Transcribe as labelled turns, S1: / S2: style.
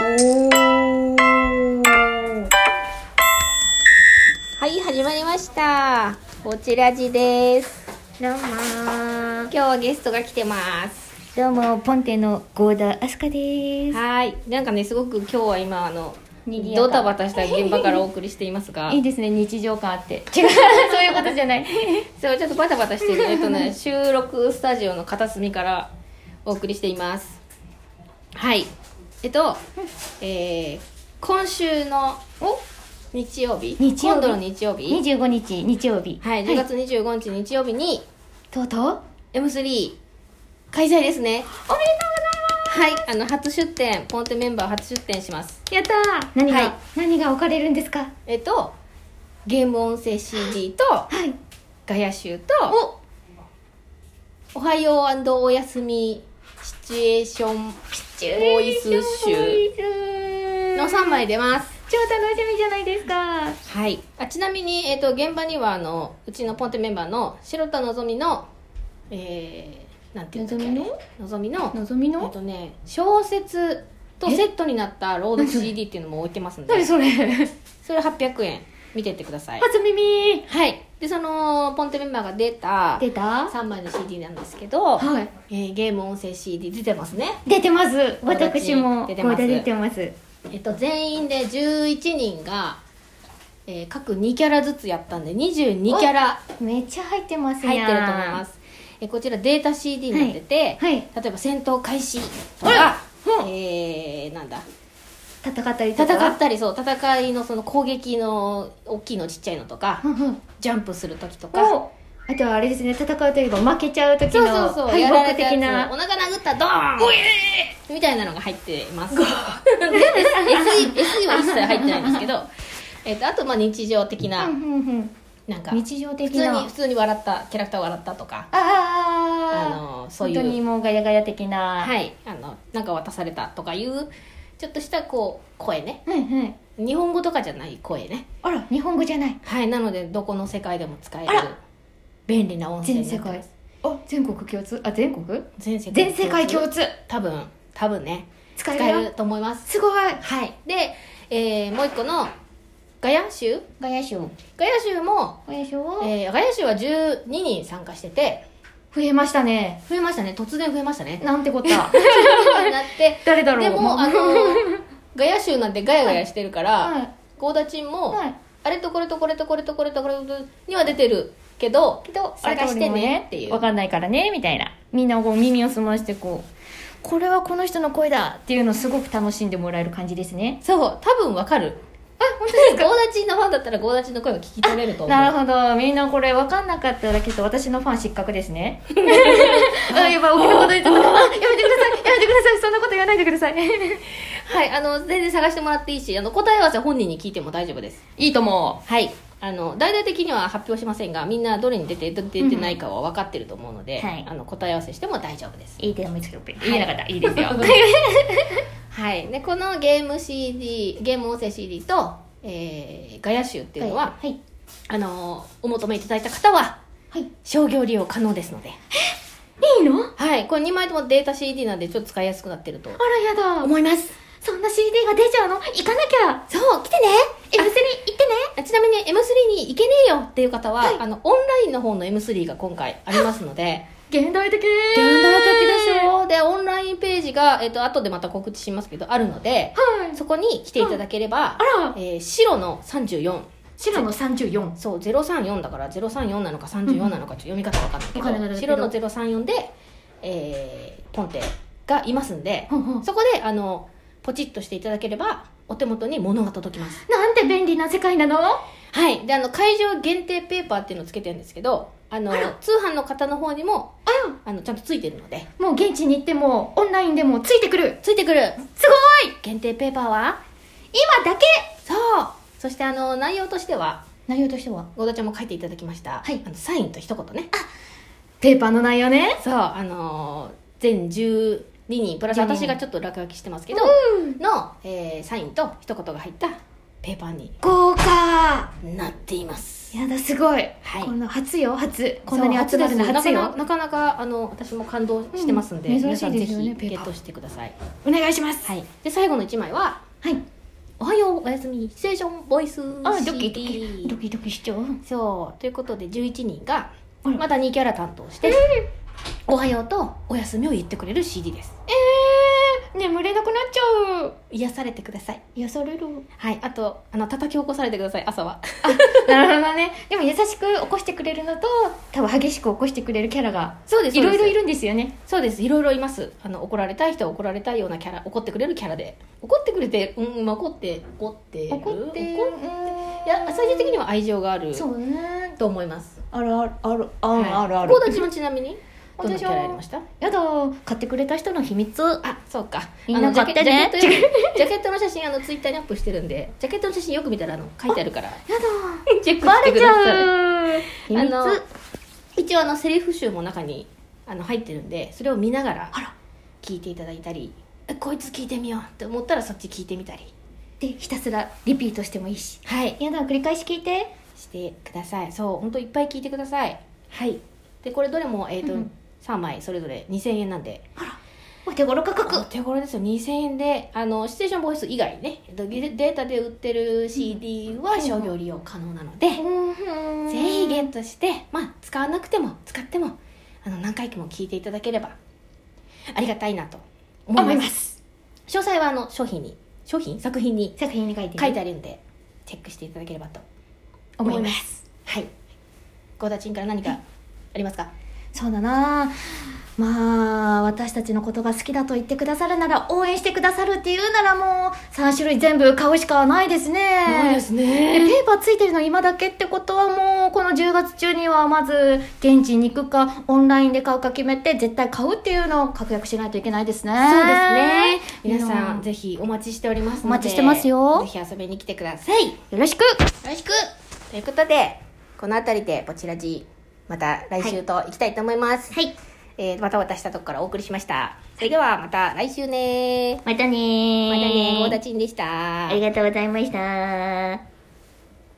S1: おーはい始まりましたこちらじです
S2: どうもー
S1: 今日はゲストが来てます
S2: どうもポンテのゴーダアスカです
S1: はいなんかねすごく今日は今あの
S2: 賑やか
S1: ドタバタした現場からお送りしていますが
S2: いいですね日常感あ って違うそういうことじゃない
S1: そうちょっとバタバタしてるえっ とね収録スタジオの片隅からお送りしていますはいえっと、えー、今週のお日曜日
S2: 日曜日
S1: 今度の日曜日
S2: 25日日曜日
S1: はい、10月25日日曜日に
S2: とうとう
S1: M3 開催ですね。おめでとうございますはい、あの、初出店、ポンテメンバー初出店します。
S2: やったー何が、
S1: はい
S2: 何が置かれるんですか
S1: えっと、ゲーム音声 CD と、
S2: はい
S1: ガヤ集と、おはようおやすみシチュエーションボーイス集の
S2: の
S1: 3枚出ます。
S2: 超楽しみじゃないですか
S1: はい、あちなみに、えー、と現場にはあのうちのポンテメンバーの白田のぞみのえー、なんていうんだっけ
S2: のぞみの
S1: あれのぞみの
S2: のぞみ
S1: えっとね小説とセットになったロード CD っていうのも置いてますんで
S2: 何それ
S1: それ800円見てってください
S2: 初耳
S1: はいでそのポンテメンバーが出た
S2: 出た
S1: 3枚の CD なんですけど、
S2: はい
S1: えーゲーム音声 CD 出てますね
S2: 出てます私も
S1: 出
S2: ゴ
S1: てます
S2: ーダ出てます
S1: えっと、全員で11人が、えー各2キャラずつやったんで22キャラ
S2: めっちゃ入ってますやん
S1: 入ってると思いますえこちらデータ CD になってて、
S2: はい
S1: 例えば戦闘開始と
S2: あ
S1: か、
S2: ほん
S1: えー、なんだ
S2: 戦ったりとか
S1: 戦ったりそう戦いのその攻撃の大きいのちっちゃいのとか
S2: ふんふん
S1: ジャンプする時とか
S2: おあとはあれですね戦うといえば負けちゃう時
S1: そうそうそ
S2: の
S1: うやら
S2: 敗
S1: れ
S2: 北
S1: たやつ
S2: 的
S1: お
S2: な
S1: 腹殴ったドーンみたいなのが入ってます SE, SE は一切入ってないんですけど、えっとあとまあ日常的な、
S2: うんうん
S1: なんか
S2: うん
S1: 普
S2: 日常的
S1: 通
S2: な
S1: に普通に笑ったキャラクター笑ったとかあ
S2: ああ
S1: のそう
S2: 本
S1: い
S2: 当に
S1: う
S2: もうガヤガヤ的な
S1: はいいあのなんか渡されたとかいうちょっとしたこう声ね
S2: はいはい
S1: 日本語とかじゃない声ね
S2: あら日本語じゃない
S1: はいなのでどこの世界でも使える
S2: あら
S1: 便利な音声
S2: 全
S1: にな
S2: 世
S1: ってま
S2: 界
S1: す
S2: あ全国共通あ全国
S1: 全世
S2: 全世界共通
S1: 多分多分ね
S2: 使
S1: 使
S2: え
S1: え
S2: る
S1: る
S2: よ
S1: と思います
S2: すごい
S1: はいで、えーもう一個のガヤ集
S2: ガヤ賞
S1: ガヤ集も、
S2: ガヤ賞
S1: えーガヤ集は12人参加してて
S2: 増えましたね
S1: 増えましたね突然増えましたね
S2: なんてこった
S1: なって
S2: 誰だろう
S1: でもあのガヤ集なんてガヤガヤしてるから、
S2: はい
S1: ゴーダチンも、
S2: はい
S1: あれとこれとこれとこれとこれとこれには出てるけど
S2: けど
S1: 探してねっていう
S2: わかんないからねみたいなみんなこう耳を澄ましてこうこれはこの人の声だっていうのをすごく楽しんでもらえる感じですね
S1: そう多分わかるあ本当ですかゴーダチンのファンだったらゴーダチンの声を聞き取れると思う
S2: なるほどみんなこれ分かんなかったらけど私のファン失格ですね あやばい大きなこと言ってたあやめてくださいやめてくださいそんなこと言わないでください
S1: はいあの全然探してもらっていいしあの答え合わせ本人に聞いても大丈夫です
S2: いいと思
S1: はいあの大々的には発表しませんがみんなどれに出て出てないかは分かってると思うので、
S2: うんはい
S1: あの答え合わせしても大丈夫です
S2: ういい手を見つけろ言えなかったいいです よ
S1: はいでこのゲーム CD ゲーム音声 CD と、えー、ガヤ集っていうのは、
S2: はい
S1: あのお求めいただいた方は
S2: はいい
S1: 商業利用可能ですので
S2: いのあ
S1: はいこれ2枚ともデータ CD なんでちょっと使いやすくなってると
S2: らやだ
S1: 思います
S2: そんな CD が出ちゃうの行かなきゃ
S1: そう来てね
S2: M3 行ってね
S1: あちなみに M3 に行けねえよっていう方は、あのオンラインの方の M3 が今回ありますので
S2: 現代的現
S1: 現代的でしょでオンラインページが、えっと後でまた告知しますけどあるので
S2: はい
S1: そこに来ていただければ、
S2: あら
S1: えー白の34
S2: 白の34
S1: そう034だから034なのか34なのかちょっと読み方わかんないけ
S2: わかんな
S1: ど、
S2: いけど
S1: 白の034で、えーポンテがいますんで、
S2: ほんほん
S1: そこであのポチッとしていただければお手元に物が届きます
S2: なんて便利な世界なの
S1: はいであの会場限定ペーパーっていうのをつけてるんですけどあの通販の方の方にもあのちゃんとついてるので
S2: もう現地に行ってもオンラインでもついてくる
S1: ついてくる
S2: すごい
S1: 限定ペーパーは
S2: 今だけ
S1: そうそしてあの内容としては
S2: 内容としては
S1: ゴドちゃんも書いていただきました、
S2: はい
S1: あのサインと一言ね
S2: ペーパーの内容ね
S1: そうあのー全12人プラス
S2: 12人
S1: 私がちょっと落書きしてますけ
S2: け
S1: ど
S2: ど、
S1: の、えーサインと一言が入ったペーパーに
S2: 豪華
S1: なっています
S2: やだすごい、
S1: はい
S2: この初よ初こんなに集まるの
S1: そう
S2: 初
S1: なかな
S2: よ
S1: なかなかあの私も感動してますんで、
S2: うん
S1: 皆
S2: 珍
S1: さん
S2: しい
S1: ぜ
S2: です
S1: ひ
S2: よねペー
S1: ゲ
S2: パー
S1: ットしてください
S2: お願いします
S1: はいで最後の1枚は
S2: はい、
S1: 「おはようおやすみステーションボイス CD」
S2: あドキドキドキドキしちゃう
S1: そうということで11人が
S2: あら
S1: また2キャラ担当して「おはよう」と「おやすみ」を言ってくれる CD です
S2: えー、眠れなくなっちゃう
S1: 癒されてください
S2: 癒される
S1: はいあとあの叩き起こされてください朝は
S2: なるほどねでも優しく起こしてくれるのと多分激しく起こしてくれるキャラが
S1: そうで
S2: い
S1: い
S2: ろ
S1: ろ
S2: い
S1: いろ
S2: ろ
S1: い
S2: い
S1: る
S2: るんですよね
S1: そうですいろいろいますあの怒られたい人は怒られたいようなキャラ怒ってくれるキャラで怒ってくれてうんうん怒って怒ってる
S2: 怒って
S1: 怒っいや最終的には愛情がある
S2: そうね
S1: と思います
S2: あるあるあるあ
S1: あ
S2: るあるある
S1: コーダちもちなみにどんな
S2: 私
S1: キ
S2: は
S1: ャラやりました
S2: やだ買ってくれた人の秘密
S1: あそうか
S2: みんな
S1: あのジャケ
S2: 買ってね
S1: ジャケットよジャケットの写真あのツイッターにアップしてるんでジャケットの写真よく見たらあの書いてある から
S2: や
S1: チェック
S2: だバ
S1: して
S2: レ
S1: く
S2: ち
S1: ださい
S2: ゃう秘
S1: あ
S2: 密
S1: の一応あのセリフ集も中にあの入ってるんでそれを見ながら聞いていただいたりえこいつ聞いてみようって思ったらそっち聞いてみたり
S2: でひたすらリピートしてもいいし
S1: はい
S2: やだ繰り返し聞いて
S1: してくださいそう本当いっぱい聞いてくださいはいでこれどれも、えーと
S2: うんうん
S1: 3枚それぞれ2000円なんで
S2: お手頃価格
S1: お手頃ですよ2000円であのシチュエーションボイス以外ねえっとデデータで売ってる CD は商業利用可能なので、ぜ
S2: ぜ
S1: ひゲットして、まあ、使わなくても使ってもあの何回も聞いていただければありがたいなと思います
S2: 思います
S1: 詳細はあの商品に商品作品に
S2: 作品に書いて
S1: 書いてあるんでチェックしていただければと
S2: 思
S1: 思
S2: い
S1: い
S2: ま
S1: ますすはいゴーダチンから何かありますか、
S2: そうだなまあ私たちのことが好きだと言ってくださるなら応援してくださるっていうならもう3種類全部買うしかないですね
S1: す
S2: で
S1: ね
S2: ペーパーついてるの今だけってことはもうこの10月中にはまず現地に行くかオンラインで買うか決めて絶対買うっていうのを確約しないといけないですね
S1: そうですね皆さ
S2: いい
S1: ん
S2: な
S1: ぜひお待ちしておりますので
S2: お待ちしてますよ
S1: ぜひ遊びに来てくださいよ
S2: よろしく
S1: ろしくということでこの辺りでポチラジまた来週と行きたいと思います、
S2: はい
S1: えー、また私したとこからお送りしました。それではまた来週ね
S2: またねー
S1: またね、ゴーダチンでした。
S2: ありがとうございました